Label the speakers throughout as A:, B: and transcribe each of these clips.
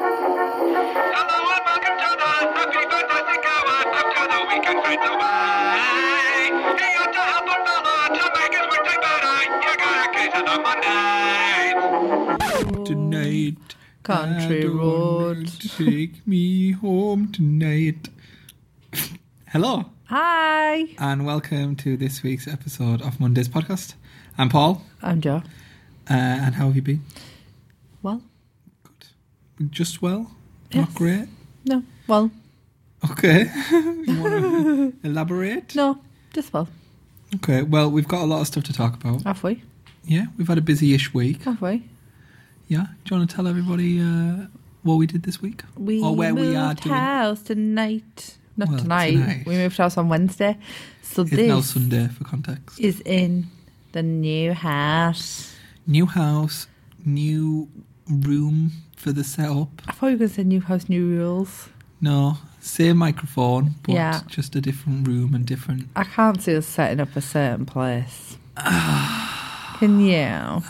A: Hello and welcome to the Happy Fantastic Hour. Together we can find the way. Here to help with Mama to make his winter better. You got a case of the Mondays.
B: tonight.
C: Country
B: I don't wanna
C: road.
B: Take me home tonight. Hello,
C: Hi,
B: and welcome to this week's episode of Monday's podcast. I'm Paul,
C: I'm Joe.
B: uh, and how have you been?
C: Well,
B: Good. Just well?
C: Yes.
B: Not great?
C: no, well,
B: Okay. you want to elaborate?
C: no, just well.
B: Okay, well, we've got a lot of stuff to talk about.
C: Have we?
B: Yeah, we've had a busy ish week.
C: Have we?
B: Yeah, do you want to tell everybody uh, what we did this week?
C: We
B: or where
C: moved
B: we are doing?
C: house tonight. Not
B: Well,
C: tonight.
B: tonight.
C: We moved house on Wednesday, so
B: It's now
C: this
B: Sunday for context.
C: is in the new house.
B: New house, new room for the setup.
C: I thought you were going to say new house, new rules.
B: No, same microphone, but
C: Yeah.
B: just a different room and different.
C: I can't see us setting up a certain place. Can you?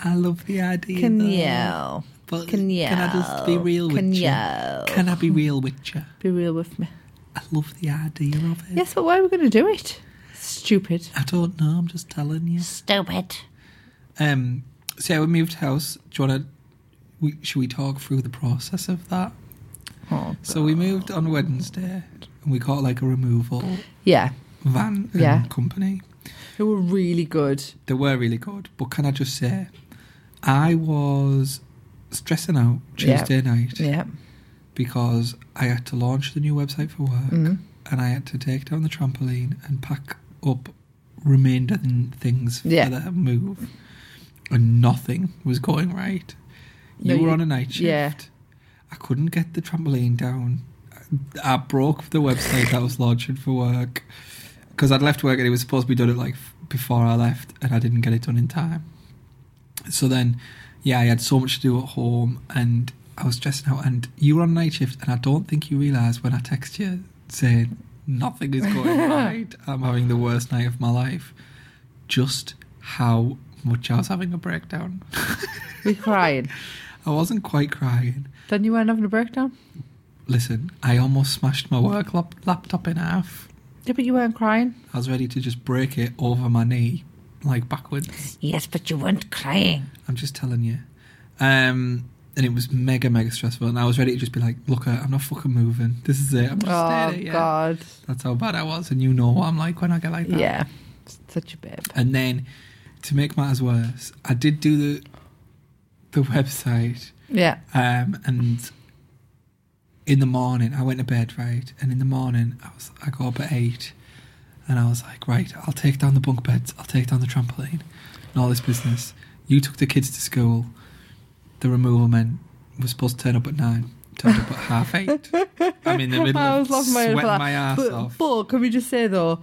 B: I love the idea.
C: Can
B: though.
C: you?
B: But
C: Can you?
B: Can I just be real with
C: Can
B: you?
C: you?
B: Can I be real with you?
C: Be real with me.
B: I love the idea of it.
C: Yes, but why are we going to do it? Stupid.
B: I don't know. I'm just telling you.
C: Stupid.
B: Um. So yeah, we moved house. Do you wanna? We, should we talk through the process of that?
C: Oh,
B: So we moved on Wednesday, and we got like a removal
C: Yeah,
B: van and
C: Yeah.
B: company.
C: they were really good.
B: They were really good. But can I just say, I was stressing out
C: Yeah.
B: Tuesday night
C: Yeah,
B: because I had to launch the new website for work
C: Mm. Mm-hmm.
B: and I had to take down the trampoline and pack up remainder th- things
C: Yeah.
B: for the move. And nothing was going right. You
C: No,
B: were
C: you-
B: on a night shift.
C: yeah.
B: I couldn't get the trampoline down. I I broke the website that I was launching for work because I'd left work and it was supposed to be done at like f- before I left, and I didn't get it done in time. So then, yeah, I had so much to do at home, and I was stressing out. And you were on night shift, and I don't think you realised when I text you saying nothing is going right. I'm having the worst night of my life. Just how much I was having a breakdown.
C: we crying.
B: I wasn't quite crying.
C: then you weren't having a breakdown.
B: Listen, I almost smashed my work lap- laptop in half.
C: Yeah, but you weren't crying.
B: I was ready to just break it over my knee, like backwards.
C: Yes, but you weren't crying.
B: I'm just telling you. Um, and it was mega, mega stressful. And I was ready to just be like, look, I- I'm not fucking moving. This is it. I'm just
C: Oh
B: staying here.
C: God.
B: That's how bad I was. And you know what I'm like when I get like that.
C: Yeah, such a bib.
B: And then to make matters worse, I did do the the website.
C: Yeah,
B: Um, and in the morning, I went to bed, right? And in the morning, I was I got up at eight, and I was like, right, I'll take down the bunk beds, I'll take down the trampoline, and all this business. You took the kids to school. The removal men were supposed to turn up at nine. Turned up at half eight. I'm in the middle.
C: I
B: of
C: was laughing my head
B: sweating
C: off at that.
B: my ass
C: but,
B: off.
C: but can we just say though,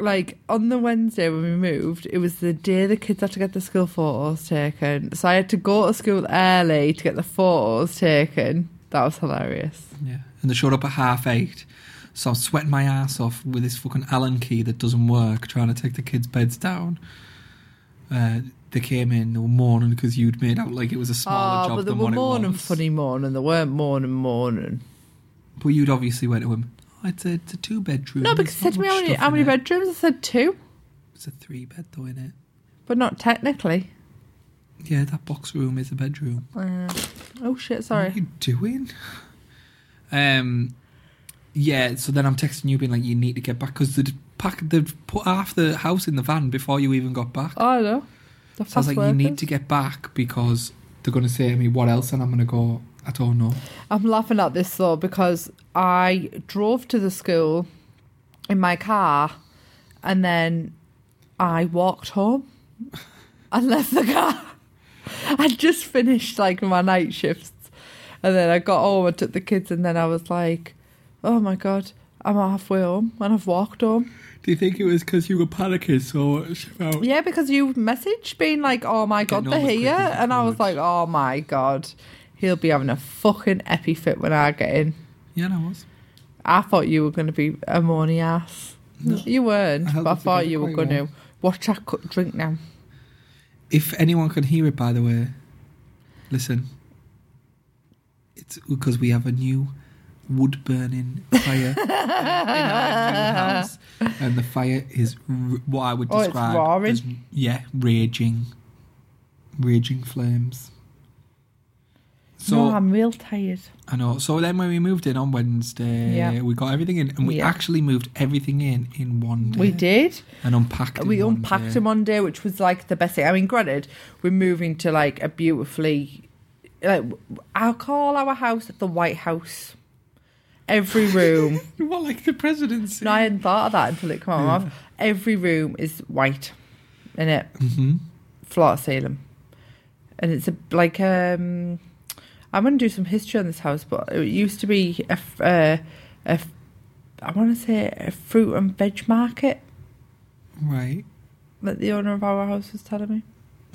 C: like on the Wednesday when we moved, it was the day the kids had to get the school photos taken. So I had to go to school early to get the photos taken. That was hilarious.
B: Yeah, and they showed up at half eight. So I'm sweating my ass off with this fucking Allen key that doesn't work, trying to take the kids' beds down. Uh, they came in, they were mourning because you'd made out like it was a smaller job
C: Ah, but they
B: than
C: were
B: what
C: morning
B: it was.
C: funny morning. They weren't morning morning.
B: But you'd obviously went to him. Oh, it's a, it's a two bedroom.
C: No, because it said to me how many, how many bedrooms. I said two,
B: It's a three bed though, innit?
C: but not technically.
B: Yeah, that box room is a bedroom.
C: Uh, oh shit!
B: What are
C: Sorry.
B: you doing? Um, yeah. So then I'm texting you, being like, "You need to get back because they'd packed, they'd put half the house in the van before you even got back."
C: Oh no. The
B: So I was
C: fast
B: like, you need
C: workers.
B: to get back because they're going to say to me, what else? And I'm going to go, I don't know.
C: I'm laughing at this though because I drove to the school in my car, and then I walked home and left the car. I just finished like my night shifts, and then I got home and took the kids, and then I was like, "Oh my god, I'm halfway home and I've walked home."
B: Do you think it was because you were panicking so much about...
C: Yeah, because you messaged being like, "Oh my god,
B: Getting
C: they're
B: home as quick
C: here,"
B: as you
C: and I was
B: could.
C: like, "Oh my god, he'll be having a fucking epi fit when I get in."
B: Yeah, no, I was.
C: I thought you were going to be a morning ass. You weren't,
B: I held
C: but I
B: it
C: thought
B: together
C: you were
B: quite
C: going
B: well.
C: to. Watch, I cut drink now.
B: If anyone can hear it, by the way, listen. It's because we have a new wood burning fire in our new house, and the fire is r- what I would
C: Oh, it's
B: describe
C: roaring?
B: as yeah, raging, raging flames. So
C: no, I'm real tired.
B: I know. So then when we moved in on Wednesday,
C: Yeah.
B: we got everything in, and we
C: Yeah.
B: actually moved everything in in one day.
C: We did.
B: and unpacked. it
C: we
B: in one
C: unpacked
B: day.
C: them one day, which was like the best thing. I mean, granted, we're moving to like a beautifully, like I'll call our house the White House. Every room.
B: What, like the presidency?
C: no, I hadn't thought of that until it came out. my mouth. Every room is white, in it,
B: hmm
C: floor to ceiling, and it's a like um. I'm gonna do some history on this house, but it used to be a, f- uh, a f- I want to say a fruit and veg market
B: Right.
C: that the owner of our house was telling me.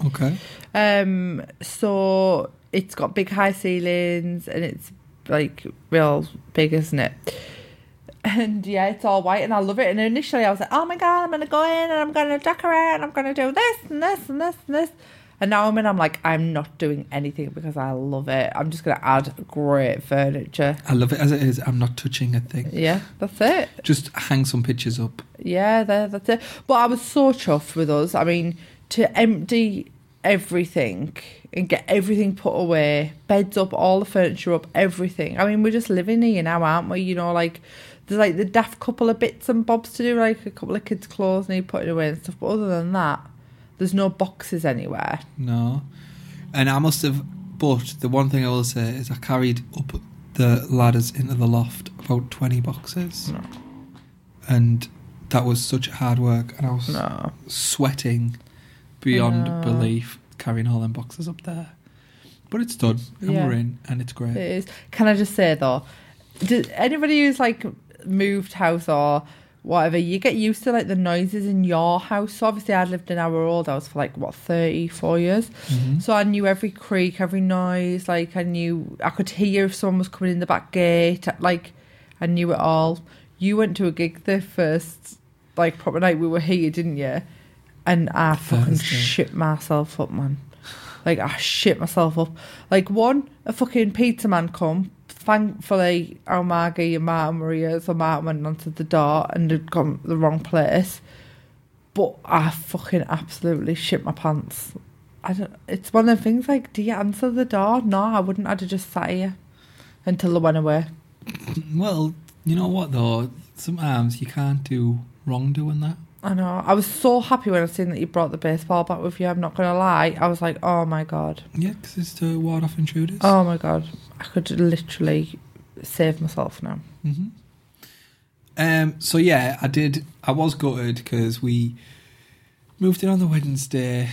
B: Okay.
C: Um, so it's got big high ceilings and it's like real big, isn't it? And yeah, it's all white and I love it. And initially I was like, oh my God, I'm going to go in and I'm going to decorate and I'm going to do this and this and this and this. And now I'm in, I'm like, I'm not doing anything because I love it. I'm just going to add great furniture.
B: I love it as it is. I'm not touching a thing.
C: Yeah, that's it.
B: Just hang some pictures up.
C: Yeah, that, that's it. But I was so chuffed with us. I mean, to empty everything and get everything put away, beds up, all the furniture up, everything. I mean, we're just living here now, aren't we? You know, like there's like the daft couple of bits and bobs to do, like a couple of kids' clothes need putting away and stuff. But other than that, there's no boxes anywhere.
B: No. And I must have. But the one thing I will say is I carried up the ladders into the loft about 20 boxes.
C: No.
B: And that was such hard work. And I was
C: No.
B: sweating beyond
C: No.
B: belief carrying all them boxes up there. But it's done. And
C: Yeah.
B: we're in. And it's great.
C: It is. Can I just say though, do, anybody who's like moved house or whatever, you get used to like the noises in your house. So obviously, I'd lived in our old house for like what 34 years,
B: Mhm.
C: so I knew every creak, every noise. Like I knew I could hear if someone was coming in the back gate. Like I knew it all. You went to a gig the first like proper night we were here, didn't you? And I fucking
B: Thursday.
C: shit myself up, man. Like I shit myself up. Like one, a fucking pizza man come. Thankfully, our Margie and Martin Maria's or Martin went onto the door and had gone the wrong place. But I fucking absolutely shit my pants. I don't. It's one of the things like, do you answer the door? No, I wouldn't. I'd have just sat here until they went away.
B: Well, you know what though? Sometimes you can't do wrong doing that.
C: I know. I was so happy when I seen that you brought the baseball back with you. I'm not gonna lie. I was like, oh my god,
B: Yeah, 'cause it's to ward off intruders.
C: oh my god. I could literally save myself now.
B: hmm Um. So yeah, I did. I was gutted because we moved in on the Wednesday,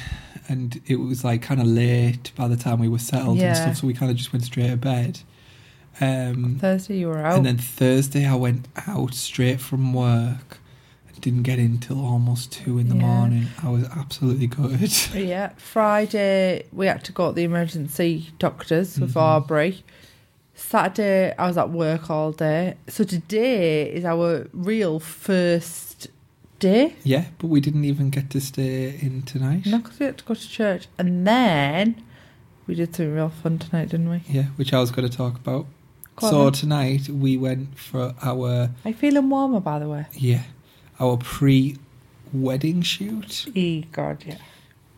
B: and it was like kind of late by the time we were settled
C: Yeah.
B: and stuff. So we kind of just went straight to bed. Um.
C: Thursday you were out.
B: And then Thursday, I went out straight from work. and Didn't get in till almost two in the
C: Yeah.
B: morning. I was absolutely gutted.
C: yeah, Friday we had to go to the emergency doctors with
B: Mhm.
C: Aubrey. Saturday I was at work all day. So today is our real first day.
B: Yeah, but we didn't even get to stay in tonight.
C: No, 'cause we had to go to church, and then we did something real fun tonight, didn't we?
B: Yeah, which I was going to talk about.
C: Go on
B: so
C: then.
B: tonight we went for our
C: Are you feeling warmer, by the way?
B: yeah our pre-wedding shoot.
C: E God, yeah.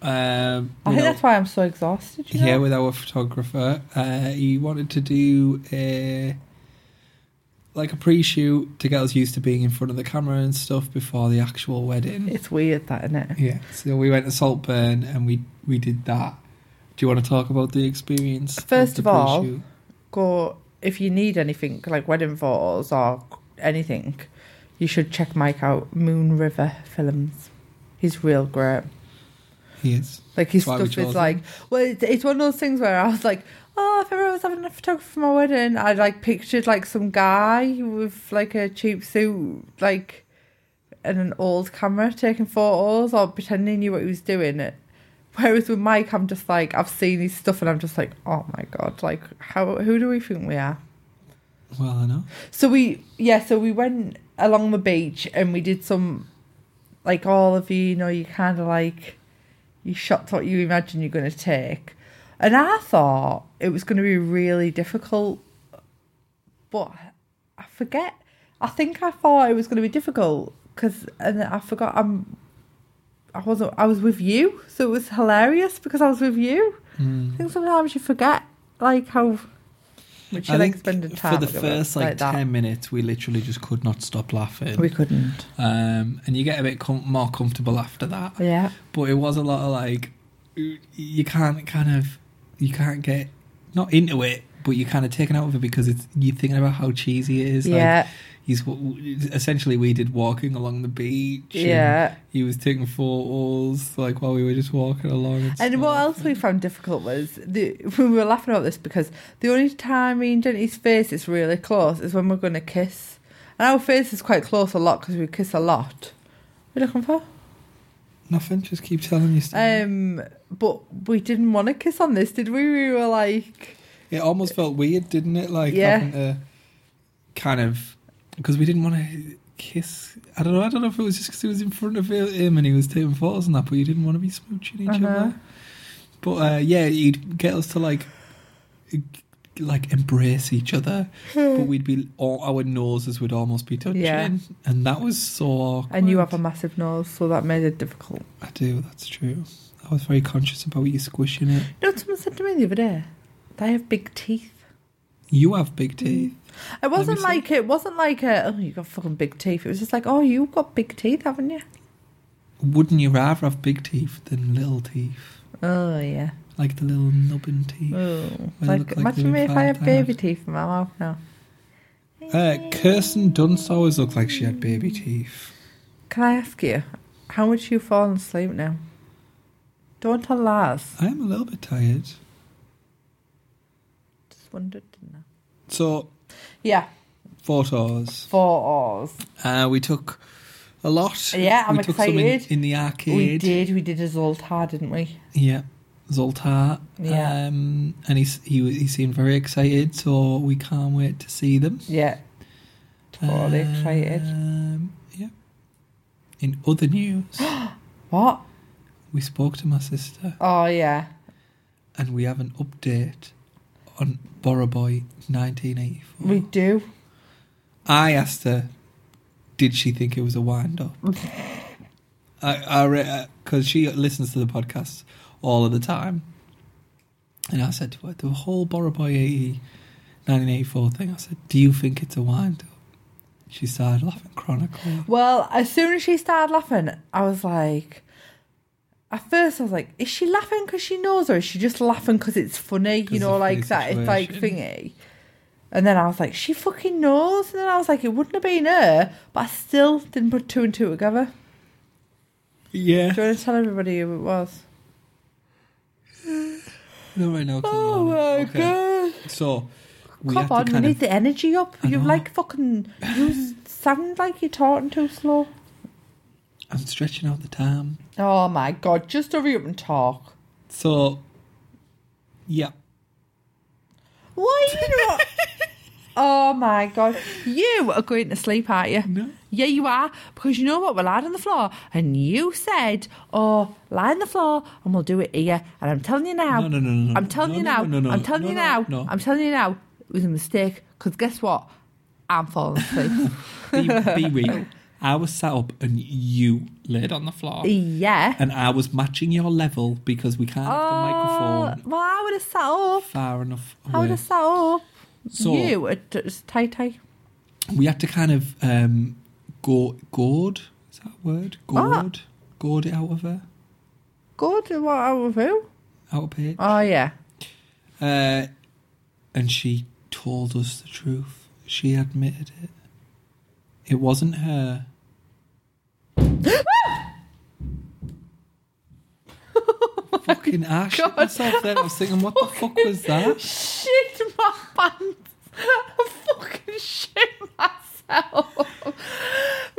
B: Um,
C: I
B: with
C: think
B: our-
C: that's why I'm so exhausted. Oh, You know?
B: yeah, with our photographer, uh, he wanted to do a like a pre-shoot to get us used to being in front of the camera and stuff before the actual wedding.
C: it's weird that, isn't it?
B: Yeah, so we went to Saltburn and we we did that. Do you want to talk about the experience?
C: First
B: the
C: of all,
B: pre-shoot?
C: Go if you need anything like wedding photos or anything, you should check Mike out. Moon River Films. He's real great.
B: he is.
C: Like his
B: That's why we
C: stuff
B: chose
C: is like, well, it's, it's one of those things where I was like, oh, if ever I was having a photographer for my wedding, I like pictured like some guy with like a cheap suit, like, and an old camera taking photos or pretending he knew what he was doing. It. Whereas with Mike, I'm just like, I've seen his stuff and I'm just like, oh my god, like, how who do we think we are?
B: Well, I know.
C: So we yeah, so we went along the beach and we did some like all of you, you know, you kind of like you shot what you imagine you're going to take. And I thought it was going to be really difficult, but I forget. I think I thought it was going to be difficult because, and I forgot I'm. I wasn't. I was with you, so it was hilarious because I was with you.
B: Hmm.
C: I think sometimes you forget, like how much you like spending time
B: for the
C: with it,
B: first like,
C: that.
B: ten minutes, we literally just could not stop laughing.
C: We couldn't.
B: um, and you get a bit com- more comfortable after that.
C: Oh, Yeah.
B: But it was a lot of like, y- you can't kind of, you can't get not into it, but you're kind of taken out of it because it's you're thinking about how cheesy it is.
C: Yeah.
B: Like, he's w- essentially we did walking along the beach. and
C: Yeah.
B: He was taking photos like while we were just walking along. And,
C: And what
B: stuff.
C: else we found difficult was the, we were laughing about this because the only time me and Jenny's face is really close is when we're going to kiss, and our face is quite close a lot because we kiss a lot. What are you looking for?
B: Nothing. Just keep telling you stuff.
C: Um, but we didn't want to kiss on this, did we? We were like,
B: It almost felt weird, didn't it? Like
C: Yeah.
B: having to kind of because we didn't want to kiss. I don't know. I don't know if it was just because it was in front of him and he was taking photos and that, but you didn't want to be smooching each
C: Uh-huh.
B: other. But uh, yeah, he'd get us to like like embrace each other, but we'd be all our noses would almost be touching,
C: Yeah.
B: and that was so. Awkward.
C: and you have a massive nose, so that made it difficult.
B: I do. That's true. I was very conscious about you squishing it.
C: You know, what someone said to me the other day, they have big teeth.
B: You have big teeth.
C: It wasn't
B: see.
C: like it wasn't like a oh you got fucking big teeth. It was just like oh you've got big teeth, haven't you?
B: Wouldn't you rather have big teeth than little teeth?
C: Oh yeah.
B: like the little nubbin teeth.
C: Oh,
B: they look
C: like,
B: like
C: imagine me
B: they're
C: if I have
B: inside out.
C: baby teeth in my mouth now.
B: Uh, Kirsten Dunst always looked like she had baby teeth.
C: Can I ask you how much you fallen asleep now? Don't tell Lars.
B: I am a little bit tired.
C: Just wondered, didn't
B: So,
C: I? Yeah,
B: photos.
C: four hours.
B: Uh, we took a lot.
C: Yeah, I'm
B: we took some in-
C: excited.
B: In, the arcade.
C: We did. We did as Zoltar, didn't we?
B: Yeah. Zoltar.
C: Yeah.
B: Um, and he, s- he, wa- he seemed very excited, so we can't wait to see them.
C: Yeah.
B: Uh,
C: Totally excited.
B: Um, yeah. In other news,
C: What?
B: we spoke to my sister
C: Oh yeah.
B: and we have an update on Boroboy 1984.
C: We do.
B: I asked her, did she think it was a wind up? I, because she listens to the podcast all of the time, and I said to her, the whole Boroboy 80, 1984 thing. I said, do you think it's a wind up? She started laughing chronically.
C: Well, as soon as she started laughing, I was like, at first I was like, is she laughing because she knows, or is she just laughing because it's funny? You
B: 'Cause
C: know,
B: of
C: like
B: the
C: that. It's like
B: situation.
C: thingy. And then I was like, she fucking knows. And then I was like, it wouldn't have been her, but I still didn't put two and two together.
B: Yeah.
C: Do you want to tell everybody who it was?
B: No, right now. 'cause I'm
C: Oh
B: on
C: my
B: it. Okay.
C: god!
B: So we
C: Come
B: had
C: on,
B: to
C: we
B: kind
C: need
B: of
C: the energy up.
B: I
C: You
B: know.
C: like fucking. You sound like you're talking too slow.
B: I'm stretching out the time.
C: Oh my god! Just hurry up and talk.
B: So, yeah.
C: Why are you not? oh my god! You are going to sleep, aren't you?
B: No.
C: Yeah, you are because you know what? We're lying on the floor, and you said, "Oh, lie on the floor, and we'll do it here." And I'm telling you now.
B: No, no, no, no, no.
C: I'm telling
B: No,
C: you
B: no,
C: now.
B: no, no, no.
C: I'm telling
B: No,
C: you
B: no,
C: now.
B: no.
C: I'm telling you now. It was a mistake. Because guess what? I'm falling asleep.
B: be, be real. I was sat up and you laid on the floor.
C: yeah.
B: And I was matching your level because we can't have
C: Oh.
B: the microphone
C: well, I would have sat up.
B: far enough
C: I would
B: away.
C: have sat up.
B: So-
C: you, uh, just tie tie.
B: We had to kind of um, go, gourd. Is that a word? Gourd. Gourd it out of her.
C: Good. What I with who?
B: Out of it.
C: Oh yeah.
B: Uh, and she told us the truth. She admitted it. It wasn't her. Fucking ash myself then. I was thinking, what the fuck was that?
C: shit my pants. I fucking shit myself.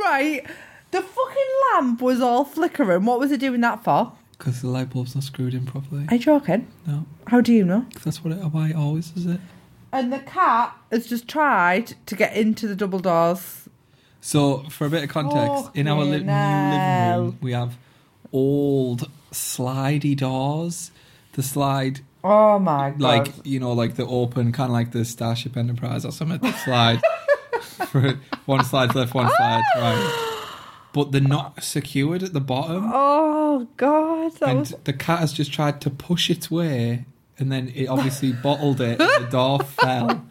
C: right. The fucking lamp was all flickering. What was it doing that for?
B: Because the light bulb's not screwed in properly.
C: Are you joking?
B: No,
C: How do you know?
B: 'Cause that's what it, why it always is it.
C: And the cat has just tried to get into the double doors.
B: So, for a bit of context, in our li-
C: Fucking hell.
B: living room, we have old slidey doors. The slide,
C: Oh my god!
B: like you know, like the open, kind of like the Starship Enterprise or something. The slide, For- one slide's left, one slide's right. But they're not secured at the bottom,
C: oh god, that
B: and
C: was
B: the cat has just tried to push its way, and then it obviously bottled it, and the door fell.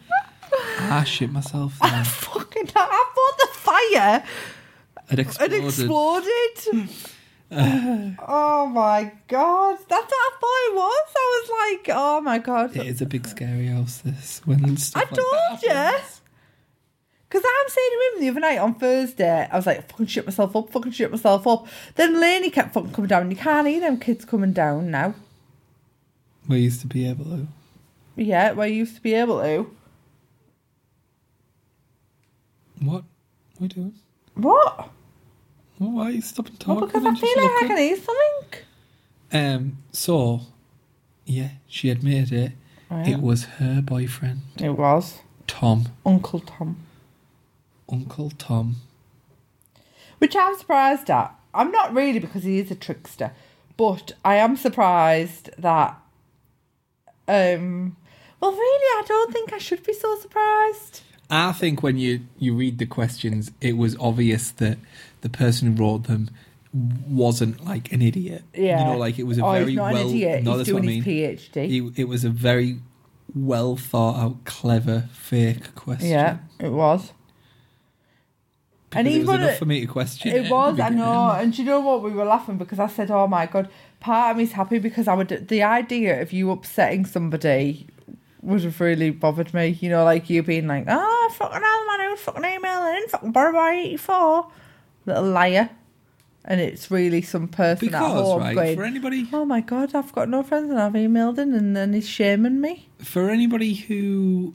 B: I shit myself. Then.
C: fucking. I thought the fire
B: It
C: had
B: exploded.
C: exploded. oh my god, that's what I thought it was. I was like, oh my god.
B: It is a big scary house. This when
C: I
B: stuff like
C: told
B: that
C: you.
B: happens.
C: Because I'm saying to him the other night on Thursday, I was like, fucking shit myself up, fucking shit myself up. Then Laney kept fucking coming down. You can't hear them kids coming down now.
B: We used to be able to.
C: Yeah, well, you used to be able to.
B: What? We doing?
C: What?
B: Well, why are you stopping talking?
C: Well, because I
B: and just
C: feel like I
B: looking?
C: can hear something.
B: Um. So, yeah, she admitted it.
C: Right.
B: It was her boyfriend,
C: It was
B: Tom,
C: Uncle Tom.
B: Uncle Tom.
C: Which I'm surprised at. I'm not really because he is a trickster, but I am surprised that. Um. Well, really, I don't think I should be so surprised.
B: I think when you you read the questions, it was obvious that the person who wrote them wasn't like an idiot.
C: Yeah.
B: You know, like it was a
C: oh,
B: very
C: he's not
B: well.
C: an idiot.
B: No,
C: he's
B: that's
C: doing
B: what I
C: his
B: mean.
C: PhD.
B: It, it was a very well thought out, clever, fake question.
C: Yeah, it was.
B: and
C: And
B: it
C: he's
B: was
C: one
B: enough
C: of-
B: for me to question.
C: It
B: at
C: was,
B: the
C: I know.
B: beginning.
C: And do you know what? We were laughing because I said, "Oh my god!" Part of me's happy because I would. The idea of you upsetting somebody would have really bothered me. You know, like you being like, "Oh fucking hell, man! I would fucking email in fucking borrow by eighty four, little liar." And it's really some person at
B: Because
C: home
B: right
C: going,
B: for anybody
C: "Oh my god, I've got no friends and I've emailed in, and then he's shaming me."
B: for anybody who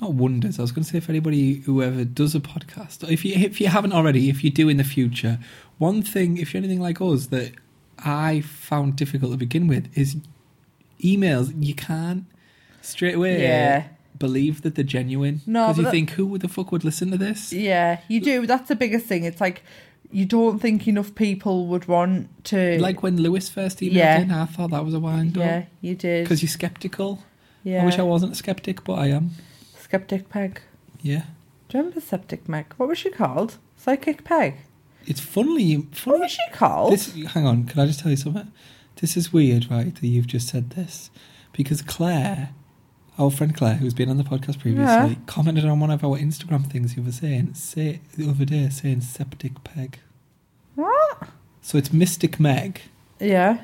B: not wonders, I was going to say for anybody who ever does a podcast, if you if you haven't already, if you do in the future, one thing if you're anything like us that I found difficult to begin with is emails. You can't straight away
C: Yeah.
B: believe that they're genuine
C: No,
B: because
C: but
B: you
C: that-
B: think who would the fuck would listen to this?
C: Yeah, you do. That's the biggest thing. It's like you don't think enough people would want to.
B: Like when Lewis first emailed
C: Yeah.
B: in, I thought that was a wind
C: yeah,
B: up
C: you did.
B: because you're skeptical.
C: yeah.
B: uh, I wish I wasn't a skeptic, but I am.
C: Skeptic Peg.
B: Yeah.
C: Do you remember Septic Meg? What was she called? Psychic Peg.
B: It's funnily,
C: What
B: funnily
C: was she called?
B: This, hang on, can I just tell you something? This is weird, right? That you've just said this because Claire, our friend Claire, who's been on the podcast previously,
C: Yeah.
B: commented on one of our Instagram things you were saying say the other day, saying septic peg.
C: What?
B: So it's Mystic Meg,
C: Yeah.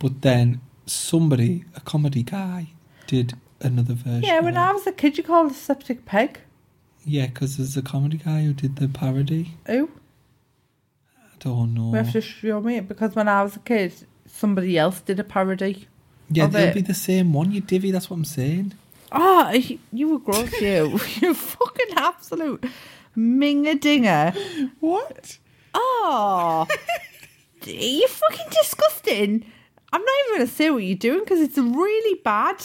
B: but then somebody, a comedy guy, did another version.
C: Yeah,
B: of
C: when
B: it.
C: I was a kid, you called her Septic Peg.
B: yeah, because there's a comedy guy who did the parody.
C: Ooh.
B: I don't know.
C: We have to show me it because when I was a kid, somebody else did a parody.
B: yeah,
C: of
B: it'll
C: it.
B: be the same one, you divvy. That's what I'm saying.
C: Ah, oh, you were gross, you. you fucking absolute minger dinger.
B: What?
C: Oh, you're fucking disgusting. I'm not even going to say what you're doing because it's really bad.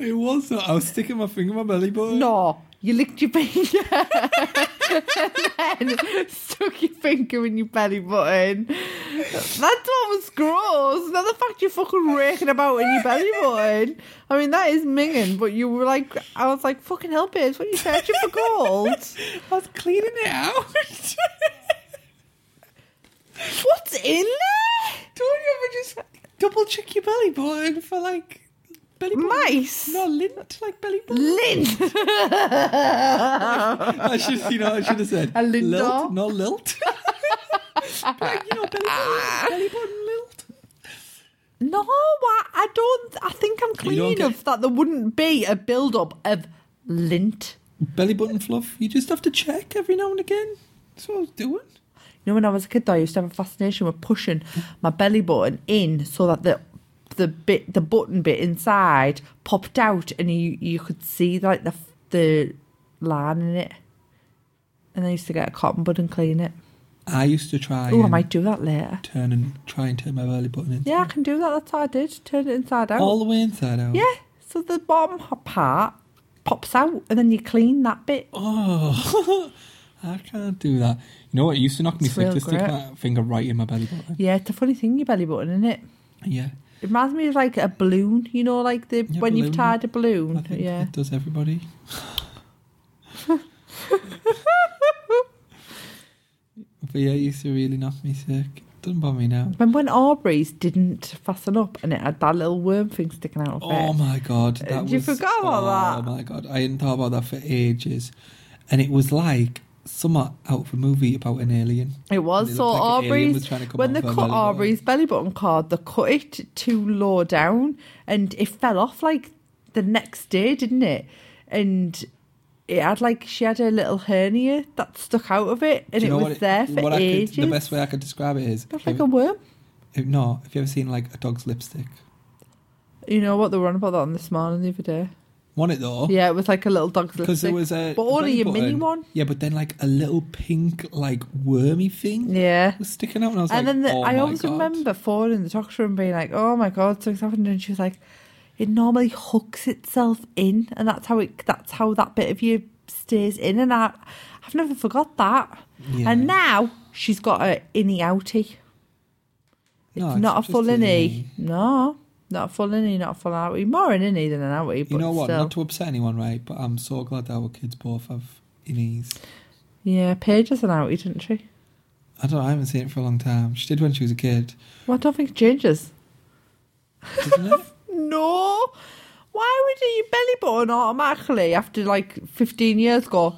B: It was. not- I was sticking my finger in my belly button.
C: No, you licked your finger and then stuck your finger in your belly button. That's what was gross. Not the fact you're fucking raking about in your belly button. I mean, that is minging, but you were like, I was like, fucking hell, babes, what are you searching for gold?
B: I was cleaning it out.
C: What's in there?
B: Don't you ever just double check your belly button for like belly button?
C: Mice.
B: No, lint, like belly button.
C: Lint.
B: I should, you know, I should have said
C: A lint door.
B: lilt, no lilt. like, you know, belly
C: Ah.
B: button, belly button lilt.
C: No, I, I don't. I think I'm
B: You don't
C: clean
B: get-
C: of that. There wouldn't be a build up of lint.
B: Belly button fluff. You just have to check every now and again. That's what I was doing.
C: You know, when I was a kid, though, I used to have a fascination with pushing my belly button in so that the the bit, the button bit inside popped out, and you you could see like the the line in it. And I used to get a cotton bud and clean it.
B: I used to try
C: Oh, I
B: and
C: might do that later.
B: turn and try and turn my belly button in.
C: Yeah, I can do that. That's how I did. Turn it inside out.
B: All the way inside out.
C: Yeah, so the bottom part pops out, and then you clean that bit.
B: Oh, I can't do that. You know what? It used to knock me
C: It's
B: sick
C: real
B: to stick
C: grit.
B: that finger right in my belly button.
C: Yeah, it's a funny thing, your belly button, isn't it?
B: Yeah,
C: It reminds me of like a balloon, you know, like the
B: Yeah,
C: when
B: balloon.
C: you've tied a balloon.
B: I think
C: yeah.
B: it does everybody. but yeah, it used to really knock me sick. Doesn't bother me now.
C: Remember when Aubrey's didn't fasten up and it had that little worm thing sticking out of
B: Oh
C: it?
B: my god,
C: Uh,
B: that
C: you
B: was,
C: forgot about
B: Oh
C: that?
B: my god, I hadn't thought about that for ages, and it was like somewhat out of a movie about an alien.
C: It
B: It
C: was
B: looked
C: so
B: like an alien was
C: Aubrey's
B: trying to come
C: when
B: out
C: they
B: of her
C: cut
B: belly button.
C: Aubrey's belly button card, they cut it too low down and it fell off like the next day, didn't it? And it had like she had a little hernia that stuck out of it, and
B: Do you
C: it
B: know
C: was
B: what
C: there for
B: what I could-
C: ages.
B: the best way I could describe it is
C: That's
B: if
C: like a worm.
B: you- no. Have you ever seen like a dog's lipstick?
C: You know what they were on about that on this morning the other day?
B: Want it though?
C: Yeah, it was like a little dog's lipstick.
B: Because there was a
C: but
B: belly
C: only a mini
B: button.
C: one.
B: Yeah, but then like a little pink, like wormy thing
C: Yeah.
B: was sticking out, and I was
C: And
B: like,
C: then the,
B: oh
C: I
B: my
C: always
B: God.
C: remember falling in the doctor room being like, "Oh my god, something's happened," and she was like, "It normally hooks itself in, and that's how it that's how that bit of you stays in." And I, I've never forgot that.
B: Yeah.
C: And now she's got a innie outie.
B: No,
C: it's not a
B: just
C: full
B: an
C: innie. No, not a full innie, not a full outie. More an innie than an outie. But
B: You know what?
C: Still.
B: Not to upset anyone, right? But I'm so glad that our kids both have innies.
C: yeah, Paige has an outie, didn't she?
B: I don't. know, I haven't seen it for a long time. She did when she was a kid,
C: Well, I don't think it changes.
B: didn't it?
C: No. Why would your belly button automatically, after like 15 years, go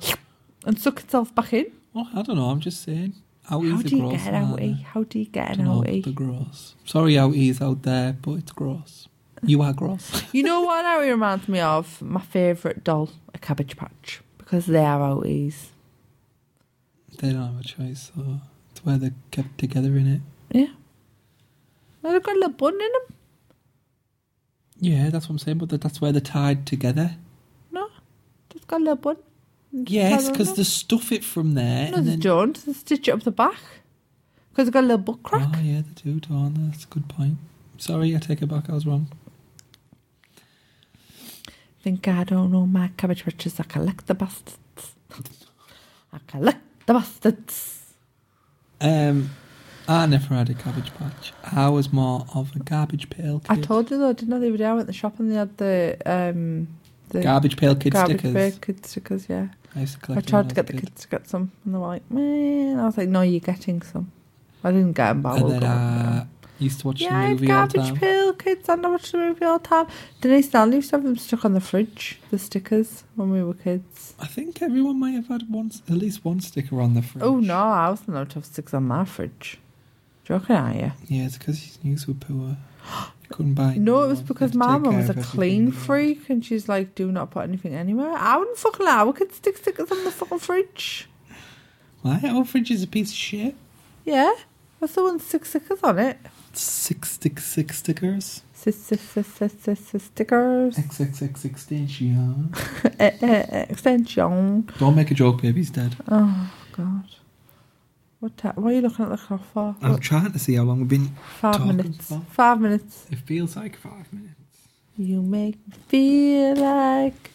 C: and suck itself back in?
B: well, I don't know. I'm just saying.
C: How
B: Outies
C: do
B: are
C: you
B: gross.
C: get an
B: aren't they?
C: outie? How do you get eh? an
B: Dunno, they're
C: outie?
B: gross. Sorry, outies out there, but it's gross. You are gross.
C: You know what an outie reminds me of? My favourite doll, a cabbage patch, because they are outies.
B: they don't have a choice, so it's where they're kept together in it.
C: Yeah. Well, They've got a little bun in them.
B: Yeah, that's what I'm saying. But that- that's where they're tied together.
C: No. They've got a little bun.
B: Yes,
C: Tied
B: because
C: on
B: they stuff it from there.
C: No,
B: and
C: they
B: then,
C: don't. They stitch it up the back. Because they've got a little butt crack.
B: Oh yeah, they do, don't they? That's a good point. Sorry, I take it back. I was wrong.
C: Think I don't know oh my cabbage patches. I collect the bastards. I collect the bastards.
B: Um, I never had a cabbage patch. I was more of a garbage pail
C: I
B: kid.
C: told you though, didn't I? The other day I went to the shop and they had the um the
B: garbage pail kid
C: garbage
B: stickers.
C: bag kid stickers. Yeah,
B: I used to
C: I
B: collect. them when I
C: tried to
B: was
C: get the
B: a kid.
C: kids to get some, and they were like, "Man," I was like, "No, you're getting some." I didn't get them, but I
B: And
C: will
B: then
C: go.
B: I used to watch
C: yeah, I
B: the
C: have
B: movie all the
C: garbage
B: time.
C: pail kids. and I watch the movie all the time. Denise and I used to have them stuck on the fridge, the stickers when we were kids.
B: I think everyone might have had one, at least one sticker on the fridge.
C: Oh no, I wasn't allowed to have sticks on my fridge. Joking, are you?
B: Yeah, it's because you were poor. You couldn't buy.
C: No,
B: new
C: it was
B: ones.
C: because
B: You had to
C: my
B: take
C: mum
B: care
C: was a
B: of everything
C: clean
B: you had.
C: freak and she's like, do not put anything anywhere. I wouldn't fucking allow a kid to stick stickers on the fucking fridge.
B: Why? Our fridge is a piece of shit.
C: Yeah. What's the one with stick stickers on it?
B: Six stick six stickers.
C: Sis, sis, sis, sis, sis, sis, Stickers.
B: XXX extension.
C: Eh, eh, eh, Extension.
B: Don't make a joke, baby. He's dead.
C: Oh, God. What, ta- what are you looking at the clock for?
B: I'm trying to see how long we've been.
C: Five
B: talking
C: minutes.
B: for-
C: Five minutes.
B: It feels like five minutes.
C: You make me feel like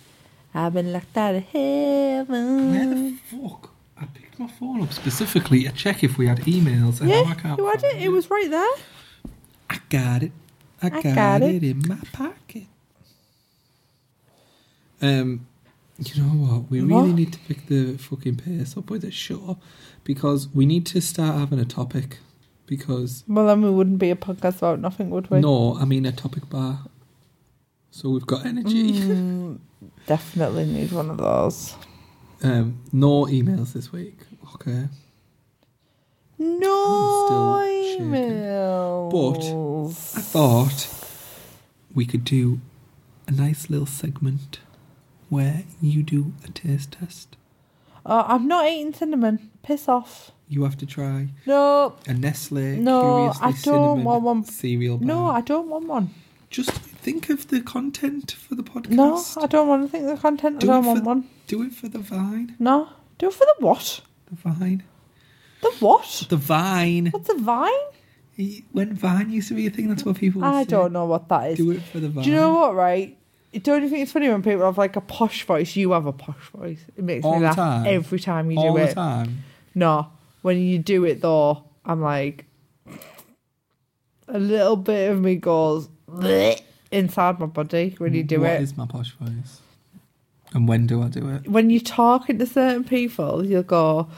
C: I've been locked out of heaven.
B: Where the fuck? I picked my phone up specifically to check if we had emails. And now I
C: yeah,
B: can't
C: you had
B: find
C: it. It was right there.
B: I got it. I, got, it. in my pocket. Um, you know what? We really
C: What?
B: need to pick the fucking pace up with it, sure, because we need to start having a topic. Because
C: Well, then we wouldn't be a podcast about nothing, would we?
B: no, I mean a topic bar. So we've got energy.
C: Mm. Definitely need one of those.
B: Um, no emails this week. Okay.
C: No
B: I'm still shaking.
C: emails.
B: I thought we could do a nice little segment where you do a taste test.
C: Oh, I'm not eating cinnamon. Piss off.
B: You have to try
C: No,
B: a Nestle
C: No,
B: curiously
C: I don't
B: cinnamon
C: want one.
B: cereal bar.
C: no, I don't want one.
B: just think of the content for the podcast.
C: No, I don't want to think of the content.
B: Do it
C: I don't
B: for-
C: want one.
B: do it for the vine.
C: No, do it for the what?
B: The vine.
C: The what?
B: The vine.
C: What's a vine?
B: When vine used to be a thing, that's what people. would
C: I
B: say.
C: don't know what that is.
B: Do it for the vine.
C: Do you know what? Right? Don't you think it's funny when people have like a posh voice? You have a posh voice. It makes
B: All
C: me
B: the
C: laugh
B: time.
C: every time you
B: all
C: do
B: the
C: it.
B: time?
C: No, When you do it though, I'm like, a little bit of me goes "Bleh," inside my body when you do
B: What
C: it.
B: is my posh voice? And when do I do it?
C: when you're talking to certain people, you'll go.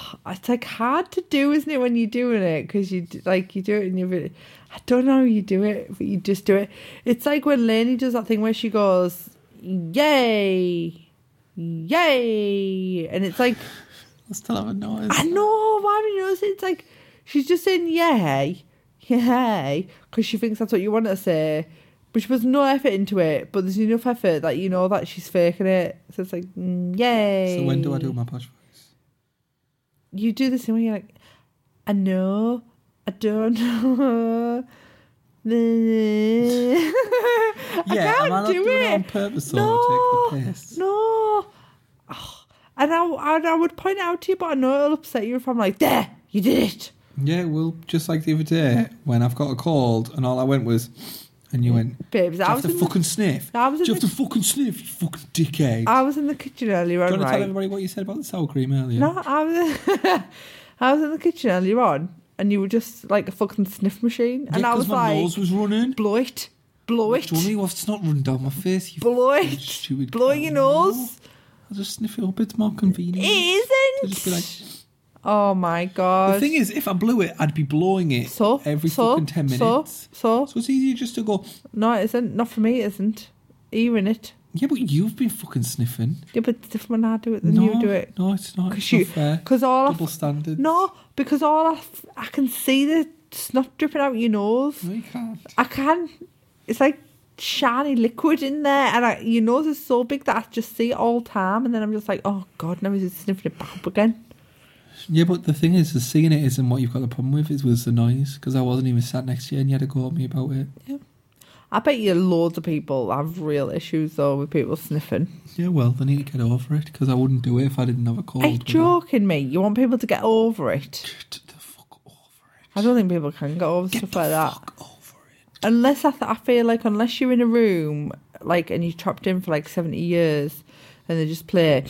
C: It's like hard to do, isn't it, when you're doing it? Because you d- like you do it and you're. Really, I don't know how you do it, but you just do it. It's like when Lainey does that thing where she goes, "Yay, yay," and it's like
B: I still haven't noticed.
C: I know. Why do you notice it? It's like she's just saying yay, yay, because she thinks that's what you want her to say, but she puts no effort into it. But there's enough effort that you know that she's faking it. So it's like mm, yay.
B: So when do I do my posh voice?
C: You do the same way. You're like, I know, I don't know. I
B: Yeah,
C: can't
B: am I not
C: do
B: doing it on purpose or to take the piss?
C: No. Oh, And I, and I would point it out to you, but I know it'll upset you if I'm like, there, you did it.
B: Yeah, well, just like the other day when I've got a cold and all I went was, and you went, do
C: Babes,
B: you
C: I
B: have
C: was
B: to
C: in the-
B: fucking sniff? Do
C: I
B: you
C: was in
B: have
C: the-
B: to fucking sniff, you fucking dickhead?
C: I was in the kitchen earlier
B: Do you
C: on,
B: want to tell
C: right?
B: everybody what you said about the sour cream earlier?
C: No, I was, I was in the kitchen earlier on, and you were just like a fucking sniff machine.
B: Yeah,
C: and I
B: 'cause
C: was
B: my
C: like,
B: nose was running.
C: blow it, blow it,
B: Do you want me to not run down my face? You
C: blow
B: fucking
C: it,
B: stupid
C: blow your
B: cow.
C: nose.
B: I'll just sniff it up, it's more convenient.
C: It
B: I'll
C: isn't.
B: just be like,
C: oh my god.
B: the thing is, if I blew it, I'd be blowing it
C: so
B: every
C: so,
B: fucking 10
C: So,
B: minutes.
C: so
B: So it's easier just to go,
C: no, it isn't. Not for me, it isn't. You're in it.
B: yeah, but you've been fucking sniffing.
C: Yeah, but it's different when I do it than
B: no,
C: you do it.
B: No, it's not. It's
C: Because
B: not
C: you,
B: fair.
C: because all I
B: Double standard.
C: No, because all I, f- I can see the snot dripping out your nose.
B: No, you can't.
C: I can. It's like shiny liquid in there, and I, your nose is so big that I just see it all the time, and then I'm just like, oh god, now he's just sniffing it back up again.
B: Yeah, but the thing is, the seeing it isn't what you've got the problem with. It was the noise because I wasn't even sat next to you and you had a go at me about it.
C: I bet you loads of people have real issues though with people sniffing.
B: Yeah, well, they need to get over it because I wouldn't do it if I didn't have a cold.
C: Are you
B: would I?
C: joking me? You want people to get over it?
B: Get the fuck over it.
C: I don't think people can get over
B: Get
C: stuff
B: the
C: like that.
B: fuck over it.
C: unless I, th- I feel like unless you're in a room like and you're trapped in for like 70 years and they just play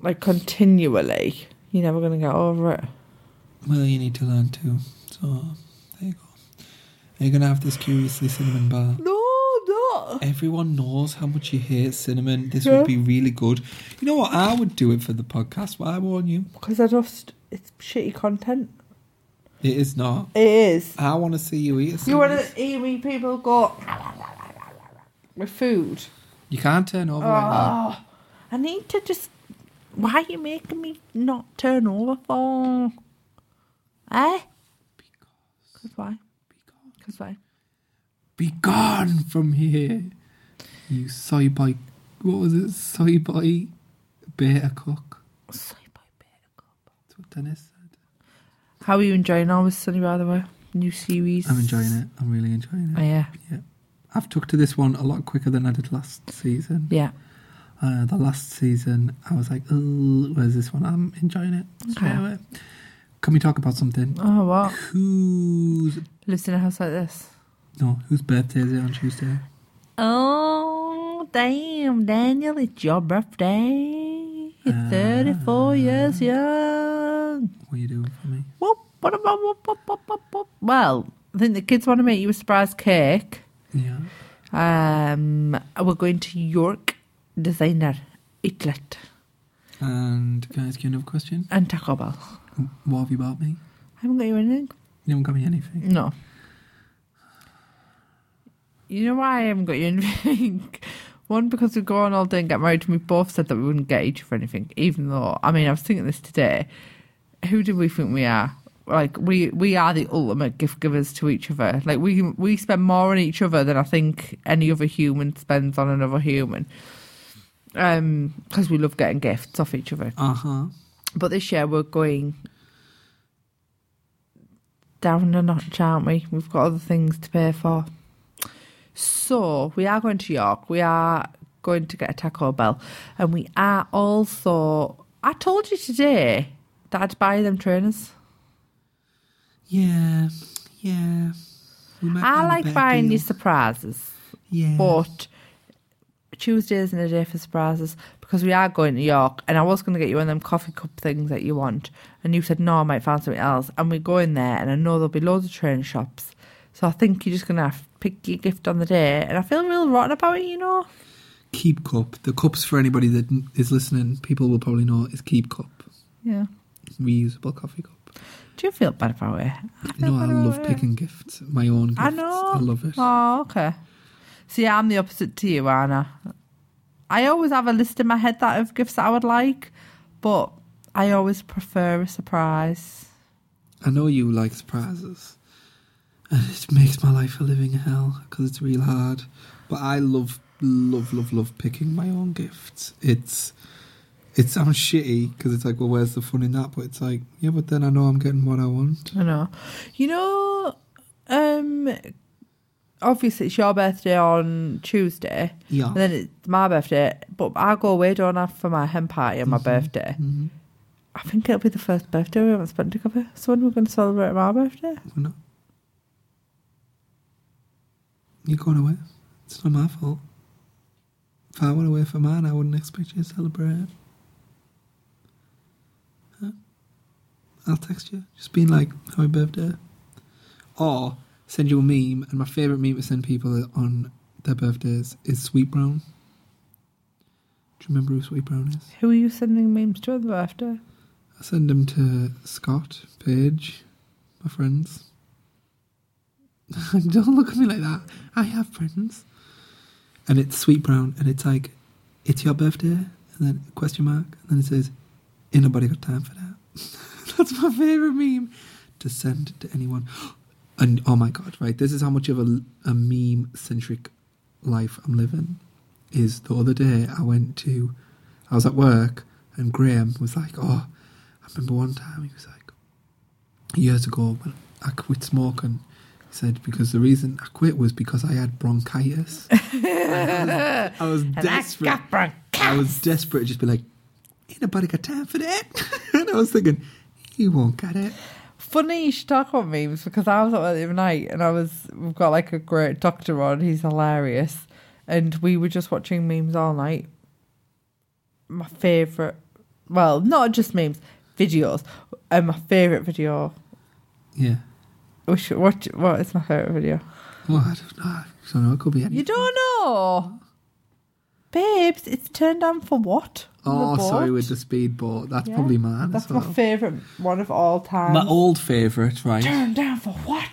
C: like continually you're never going to get over it
B: Well, you need to learn too. So there you go. Are you gonna have this curiously cinnamon bar?
C: no no
B: Everyone knows how much you hate cinnamon. This
C: Yeah.
B: would be really good. You know what? I would do it for the podcast. Why warn you?
C: because I just it's shitty content
B: It is not.
C: it is
B: I want to see you eat.
C: you
B: cinnamon.
C: want to hear me people go with food
B: You can't turn over like that.
C: oh I need to just why are you making me not turn over for eh because why because why
B: Be gone from here, you soy boy. What was it? Soy boy beta cock. That's what Dennis said.
C: How are you enjoying Always Sunny, by the way? New series.
B: I'm enjoying it. I'm really enjoying
C: Oh,
B: it.
C: yeah,
B: Yeah. I've took to this one a lot quicker than I did last season.
C: yeah.
B: Uh, the last season, I was like, "Ooh, where's this one? I'm enjoying it. Straight
C: Okay.
B: away. Can we talk about something?
C: Oh, what?
B: Who's.
C: Lives in a house like this.
B: No, whose birthday is it on Tuesday?
C: Oh, damn, Daniel, it's your birthday. You're
B: Ah.
C: 34 years young.
B: What are you doing for me?
C: Whoop, what about whoop, whoop, whoop, whoop, whoop. Well, I think the kids want to make you a surprise cake.
B: Yeah.
C: Um, We're going to York Designer Outlet
B: And can I ask you another question?
C: and Taco Bell.
B: What have you bought me?
C: I haven't got you anything.
B: You haven't got me anything.
C: No. You know why I haven't got you anything? One, because we go on all day and get married, and we both said that we wouldn't get each other anything, even though, I mean, I was thinking this today. Who do we think we are? Like, we, we are the ultimate gift givers to each other. Like, we, we spend more on each other than I think any other human spends on another human. Um, because we love getting gifts off each other.
B: Uh huh.
C: But this year we're going down a notch, aren't we? We've got other things to pay for. So we are going to York. We are going to get a Taco Bell, and we are also. I told you today that I'd buy them trainers.
B: Yeah. Yeah. We might
C: I
B: find a
C: like
B: better
C: buying
B: deal.
C: you surprises,
B: Yeah.
C: Mm-hmm. but Tuesdays and a day for surprises because we are going to York and I was going to get you one of them coffee cup things that you want. And you said, no, I might find something else. And we're going there and I know there'll be loads of train shops. So I think you're just going to have to pick your gift on the day. And I feel real rotten about it, you know?
B: Keep Cup. The cups for anybody that is listening, people will probably know is Keep Cup.
C: Yeah.
B: It's a reusable coffee cup.
C: Do you feel bad about it? I feel
B: No, I
C: bad about
B: love
C: it.
B: picking gifts. My own gifts.
C: I know.
B: I love it.
C: Oh, okay. See, I'm the opposite to you, Anna. I always have a list in my head that of gifts that I would like, but I always prefer a surprise.
B: I know you like surprises. And it makes my life a living hell because it's real hard. But I love, love, love, love picking my own gifts. It's, it sounds shitty because it's like, well, where's the fun in that? But it's like, yeah, but then I know I'm getting what I want.
C: I know. You know, um, obviously it's your birthday on Tuesday,
B: Yeah.
C: and then it's my birthday, but I go away, don't I, for my hen party on my birthday.
B: Mhm.
C: I think it'll be the first birthday we haven't spent together. So when we're going to celebrate my birthday?
B: We're not. You're going away. It's not my fault. If I went away for mine, I wouldn't expect you to celebrate. it. Huh? I'll text you, just being like, "Happy birthday," or send you a meme. And my favorite meme to send people on their birthdays is Sweet Brown. Do you remember who Sweet Brown is?
C: Who are you sending memes to on the birthday?
B: I send them to Scott, Paige, my friends. Don't look at me like that. I have friends. And it's sweet brown, and it's like, it's your birthday, and then question mark, and then it says, ain't nobody got time for that. That's my favourite meme to send to anyone. And oh my god, right, this is how much of a, a meme centric life I'm living. Is the other day I went to, I was at work, and Graham was like, oh, I remember one time he was like, years ago when I quit smoking, he said, because the reason I quit was because I had bronchitis. And I was, I was desperate. I was desperate to just be like, ain't nobody got time for that. and I was thinking, you won't get it.
C: Funny you should talk about memes because I was at work the other night and I was we've got like a great doctor on, he's hilarious. And we were just watching memes all night. My favourite well, not just memes, videos. And my favourite video
B: Yeah.
C: we should watch what is my favourite video?
B: Well, I don't know. I don't know. It could be any.
C: You don't know. Babes, it's turned on for what?
B: Oh,
C: The
B: sorry,
C: boat?
B: with the speedboat. That's
C: Yeah,
B: probably mine
C: That's
B: as well.
C: my favourite one of all time.
B: my old favourite, right?
C: turned down for what?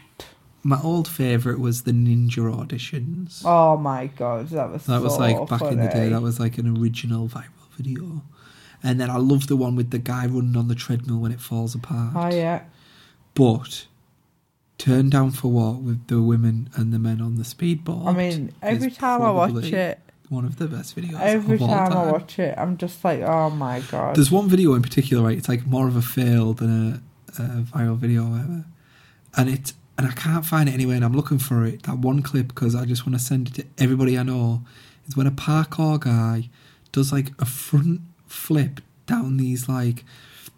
B: My old favourite was the Ninja auditions.
C: Oh my god, that was
B: That
C: so
B: was like back in the day.
C: funny.
B: That was like an original viral video. And then I love the one with the guy running on the treadmill when it falls apart.
C: Oh yeah,
B: But turned down for what with the women and the men on the speedboat.
C: I mean, every
B: is
C: time I watch
B: probably
C: it,
B: one of the best videos.
C: every
B: of all
C: time
B: time
C: I watch it, I'm just like, oh my god.
B: There's one video in particular, right? It's like more of a fail than a, a viral video or whatever. And it and I can't find it anywhere, and I'm looking for it. That one clip because I just want to send it to everybody I know. Is when a parkour guy does like a front flip down these like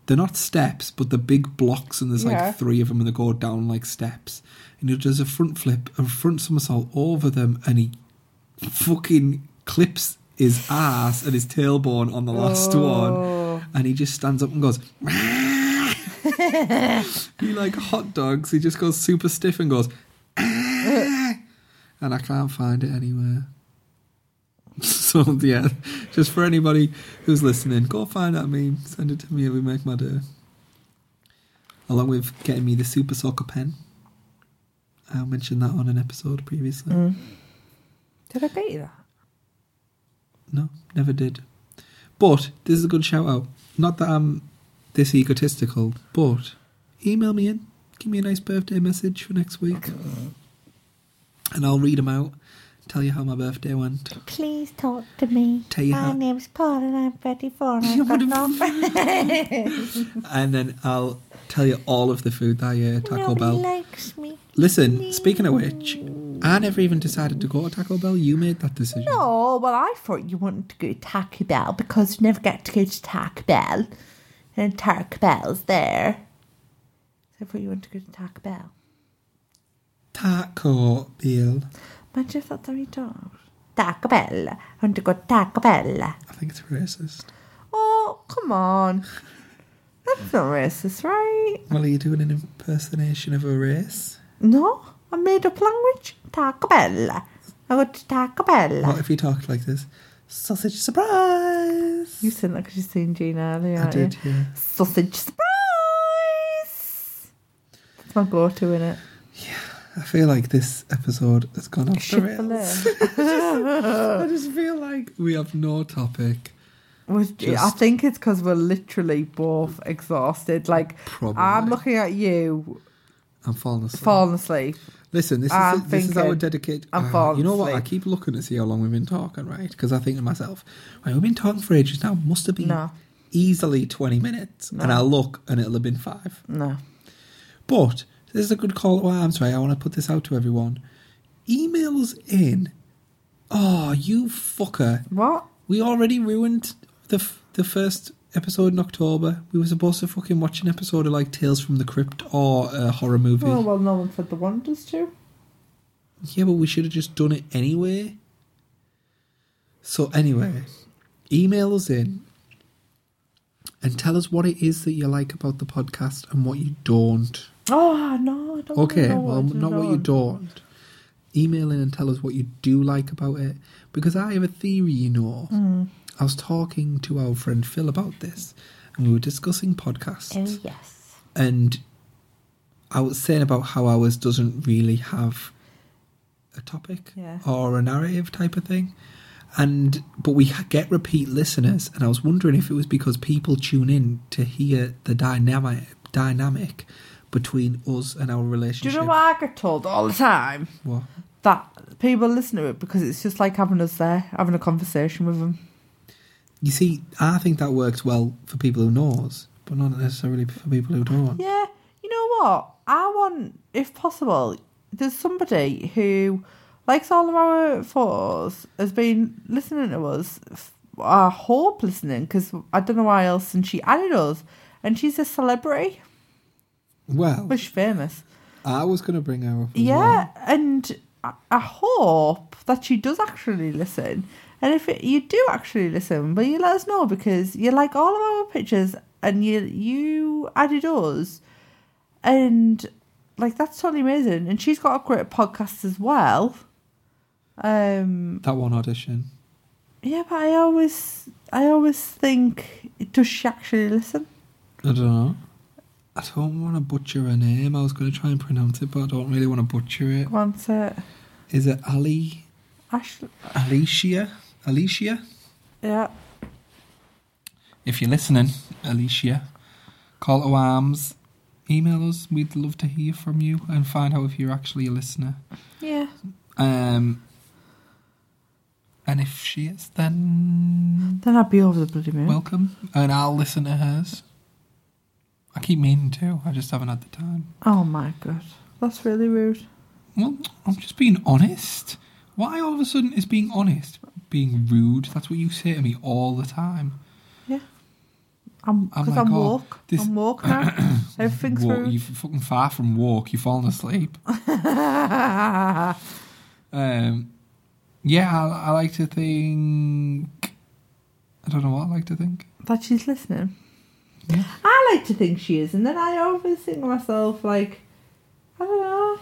B: they're not steps, but they're big blocks, and there's
C: Yeah.
B: like three of them, and they go down like steps. And he does a front flip, a front somersault over them, and he fucking clips his ass and his tailbone on the last
C: Oh.
B: one, and he just stands up and goes. he like hot dogs. He just goes super stiff and goes, "Ah," and I can't find it anywhere. So yeah, just for anybody who's listening, go find that meme. Send it to me. It'll make my day. Along with getting me the super soccer pen. I mentioned that on an episode previously.
C: Did I get you that?
B: No, never did. But this is a good shout out. Not that I'm this egotistical, but email me in. Give me a nice birthday message for next week. And I'll read them out. Tell you how my birthday went.
D: Please talk to me.
B: Tell you
D: My
B: how-
D: name's Paul and I'm 34 and
B: You
D: I've got
B: would've-
D: no
C: Oh,
B: And then I'll tell you all of the food that I ate at Taco
D: Nobody
B: Bell.
D: likes me.
B: Listen, speaking of which, I never even decided to go to Taco Bell. You made that decision.
D: Oh, well, I thought you wanted to go to Taco Bell because you never get to go to Taco Bell. And Taco Bell's there. So I thought you wanted to go to Taco Bell.
B: Taco Bell.
D: Imagine if that's how you talk.
C: Taco Bell. I want to go Taco Bell.
B: I think it's racist.
C: Oh, come on. That's not racist, right?
B: Well, are you doing an impersonation of a race?
C: No, I made up language. Taco Bell. I go to Taco Bell.
B: What if you talked like this? Sausage surprise!
C: You sound like you've seen Gina earlier.
B: I
C: aren't
B: did,
C: you?
B: yeah.
C: Sausage surprise. That's my go-to in it.
B: I feel like this episode has gone off the rails.
C: Chick-fil-A.
B: I just feel like we have no topic.
C: Was- I
B: Just-
C: think it's because we're literally both exhausted. Like I'm
B: Probably.
C: looking at you,
B: I'm falling asleep.
C: falling asleep.
B: Listen, this
C: I'm
B: is this is
C: thinking.
B: our dedicated.
C: I'm
B: Ah,
C: falling
B: you know what? I
C: asleep.
B: keep looking to see how long we've been talking, right? Because I think to myself, right, we've been talking for ages now. Must have been
C: No.
B: easily twenty minutes, and I look, and it'll have been five.
C: No,
B: But this is a good call to arms, right? I want to put this out to everyone. Email us in. Oh, you fucker!
C: what?
B: We already ruined the f- the first episode in October. We were supposed to fucking watch an episode of like Tales from the Crypt or a horror movie.
C: Oh well, no one said the wonders too.
B: Yeah, but we should have just done it anyway. So anyway, email us in and tell us what it is that you like about the podcast and what you don't.
C: Oh no, I don't.
B: Okay,
C: know
B: well, not what you don't. Email in and tell us what you do like about it. Because I have a theory, you know.
C: Mm.
B: I was talking to our friend Phil about this, and we were discussing podcasts
C: Oh yes.
B: and I was saying about how ours doesn't really have a topic
C: Yeah.
B: or a narrative type of thing, and but we ha- get repeat listeners, and I was wondering if it was because people tune in to hear the dynamic dynamic between us and our
C: Do
B: relationship.
C: you know what I get told all the time?
B: What?
C: That people listen to it because it's just like having us there, having a conversation with them.
B: You see, I think that works well for people who knows, but not necessarily for people who don't.
C: Yeah, you know what? I want, if possible, there's somebody who likes all of our photos, has been listening to us. f- I hope listening because I don't know why else. And she added us, and she's a celebrity,
B: Well,
C: which famous.
B: I was going to bring her up. as well.
C: Yeah, and I, I hope that she does actually listen. And if it, you do actually listen, will you let us know because you like all of our pictures and you you added us, and like that's totally amazing. And she's got a great podcast as well. Um,
B: that one audition.
C: yeah, but I always I always think does she actually listen?
B: I don't know. I don't want to butcher her name. I was going to try and pronounce it, but I don't really want to butcher it.
C: Go on to
B: Is it Ali?
C: Ashley.
B: Alicia? Alicia?
C: Yeah,
B: If you're listening, Alicia, call to arms. Email us. We'd love to hear from you and find out if you're actually a listener.
C: yeah.
B: Um, and if she is, then
C: Then I'd be over the bloody moon.
B: welcome. And I'll listen to hers. I keep meaning to. I just haven't had the time.
C: oh my god, that's really rude.
B: Well, I'm just being honest. Why all of a sudden is being honest being rude? That's what you say to me all the time.
C: I'm
B: Oh
C: because
B: my
C: I'm
B: God,
C: woke.
B: this-
C: I'm woke now. Everything's
B: Walk-
C: rude.
B: You're fucking far from walk. You've fallen asleep. Um, yeah, I, I like to think. I don't know what I like to think.
C: that she's listening.
B: Yeah.
C: I like to think she is, and then I always think to myself like, I don't know.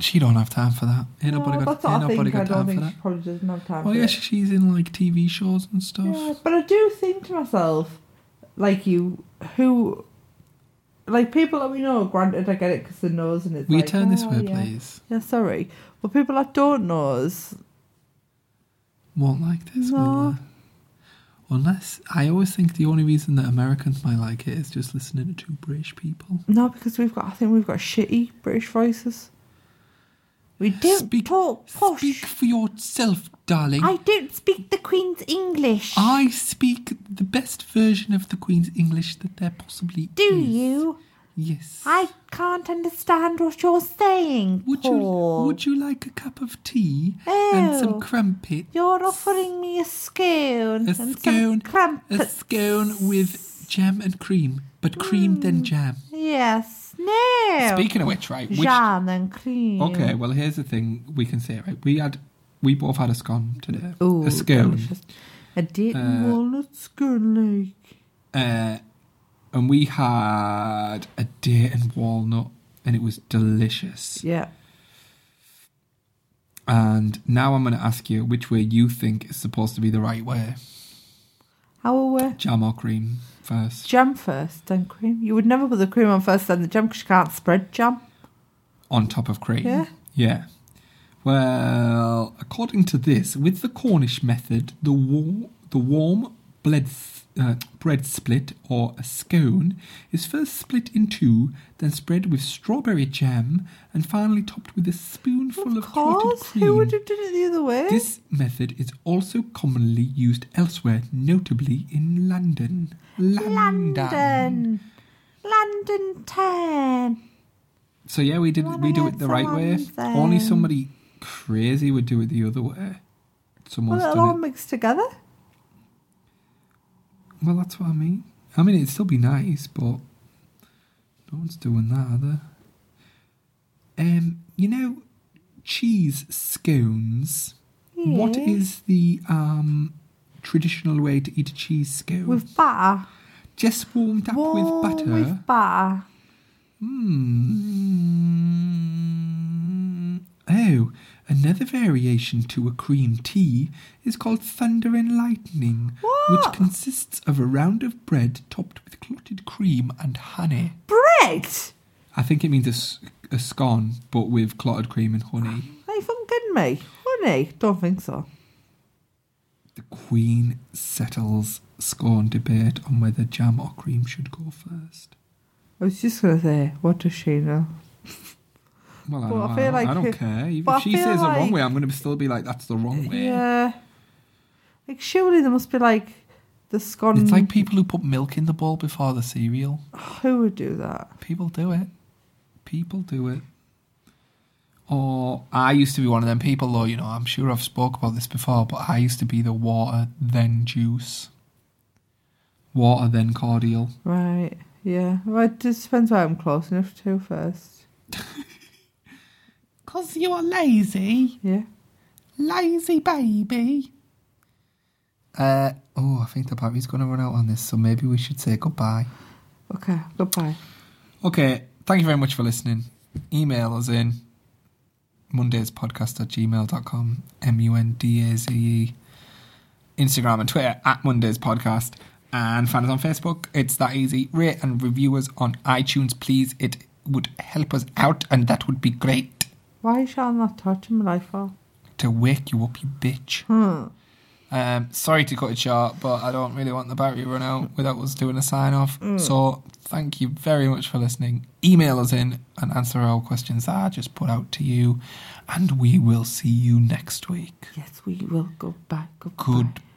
B: She don't have time for that. Ain't nobody
C: No,
B: got,
C: that's what
B: ain't
C: I
B: nobody
C: think. I
B: got
C: don't
B: time for
C: think
B: that.
C: she probably doesn't have time.
B: Oh
C: for
B: yeah,
C: it.
B: she- she's in like TV shows and stuff.
C: Yeah, but I do think to myself, like you, who, like people that we know. Granted, I get it because the nose and it's.
B: Will you
C: like,
B: turn this
C: oh,
B: way,
C: yeah.
B: please?
C: Yeah, sorry, but people that don't know us,
B: won't like this, will
C: No.
B: they? Unless I always think the only reason that Americans might like it is just listening to two British people.
C: no, because we've got. I think we've got shitty British voices. We don't
B: Speak-
C: talk posh.
B: Speak for yourself, darling. I,
C: don't speak the Queen's English.
B: Ah, speak the best version of the Queen's English that there possibly is. Yes.
C: can't understand what you're saying.
B: would you would you like a cup of tea and some
C: Ew.
B: crumpet?
C: are offering me a scone.
B: A scone, a scone with jam and cream, but cream
C: Mm.
B: then jam.
C: Yes. No.
B: Speaking of which, right? Which,
C: Jam and cream.
B: Okay, well, here's the thing we can say, right? We had we both had a scone today.
C: Ooh,
B: a scone.
C: delicious. A date
B: Uh,
C: walnut scone like.
B: Uh, and we had a date and walnut, and it was delicious.
C: Yeah.
B: And now I'm going to ask you which way you think is supposed to be the right way
C: How are we?
B: jam or cream first.
C: Jam first, then cream. You would never put the cream on first, then the jam, because you can't spread jam.
B: On top of cream.
C: Yeah.
B: Yeah. Well, according to this, with the Cornish method, the warm, the warm bread, uh, bread split or a scone is first split in two, then spread with strawberry jam, and finally topped with a spoonful of,
C: of
B: clotted
C: course.
B: cream.
C: Who would have done it the other way?
B: This method is also commonly used elsewhere, notably in London.
C: London. London 10.
B: So yeah, we did we do it the right way.
C: London.
B: Only somebody crazy would do it the other way. Someone's
C: Well, it all
B: done it.
C: mixed together.
B: Well, that's what I mean. I mean, it'd still be nice, but no one's doing that either. Um, you know, cheese scones. What
C: Yeah.
B: is the um traditional way to eat a cheese scone?
C: With batter.
B: Just warmed up
C: Warm
B: with butter.
C: With batter.
B: Mm. Oh, another variation to a cream tea is called thunder and lightning,
C: What?
B: which consists of a round of bread topped with clotted cream and honey.
C: Bread.
B: I think it means a, s- a scone, but with clotted cream and honey.
C: Are you fucking kidding me? Honey, don't think so.
B: The Queen settles scone debate on whether jam or cream should go first.
C: I was just going to say, what does she know?
B: Well, I,
C: But I
B: don't- I
C: feel
B: don't, I
C: like-
B: don't care. Even
C: but
B: if
C: I
B: she
C: feel
B: says the wrong
C: like-
B: way, I'm going to still be like, that's the wrong way.
C: Yeah. Like, surely there must be like the scone.
B: It's like people who put milk in the bowl before the cereal.
C: Who would do that?
B: People do it. People do it. Or I used to be one of them people, though. You know, I'm sure I've spoke about this before, but I used to be the water then juice, water then cordial.
C: Right. Yeah. Well, it just depends where I'm close enough to first.
B: Cause you're lazy,
C: Yeah.
B: lazy baby. Uh oh, I think the battery's going to run out on this, so maybe we should say goodbye.
C: Okay. Goodbye.
B: Okay, thank you very much for listening. Email us in mondayspodcast at gmail.com, M U N D A Z E. Instagram and Twitter at Mondays Podcast. And find us on Facebook. It's that easy. Rate and review us on iTunes, please. It would help us out, and that would be great.
C: Why are you shouting that touching my life Hmm. off?
B: To wake you up, you bitch. Um, sorry to cut it short, but I don't really want the battery to run out without us doing a sign off. So thank you very much for listening. Email us in and answer our questions that I just put out to you. And we will see you next week.
C: Yes, we will. Goodbye. Goodbye.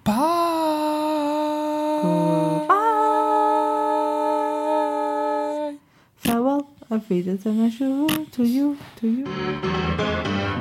B: Goodbye.
C: Goodbye. Farewell. Auf Wiedersehen. To you. To you.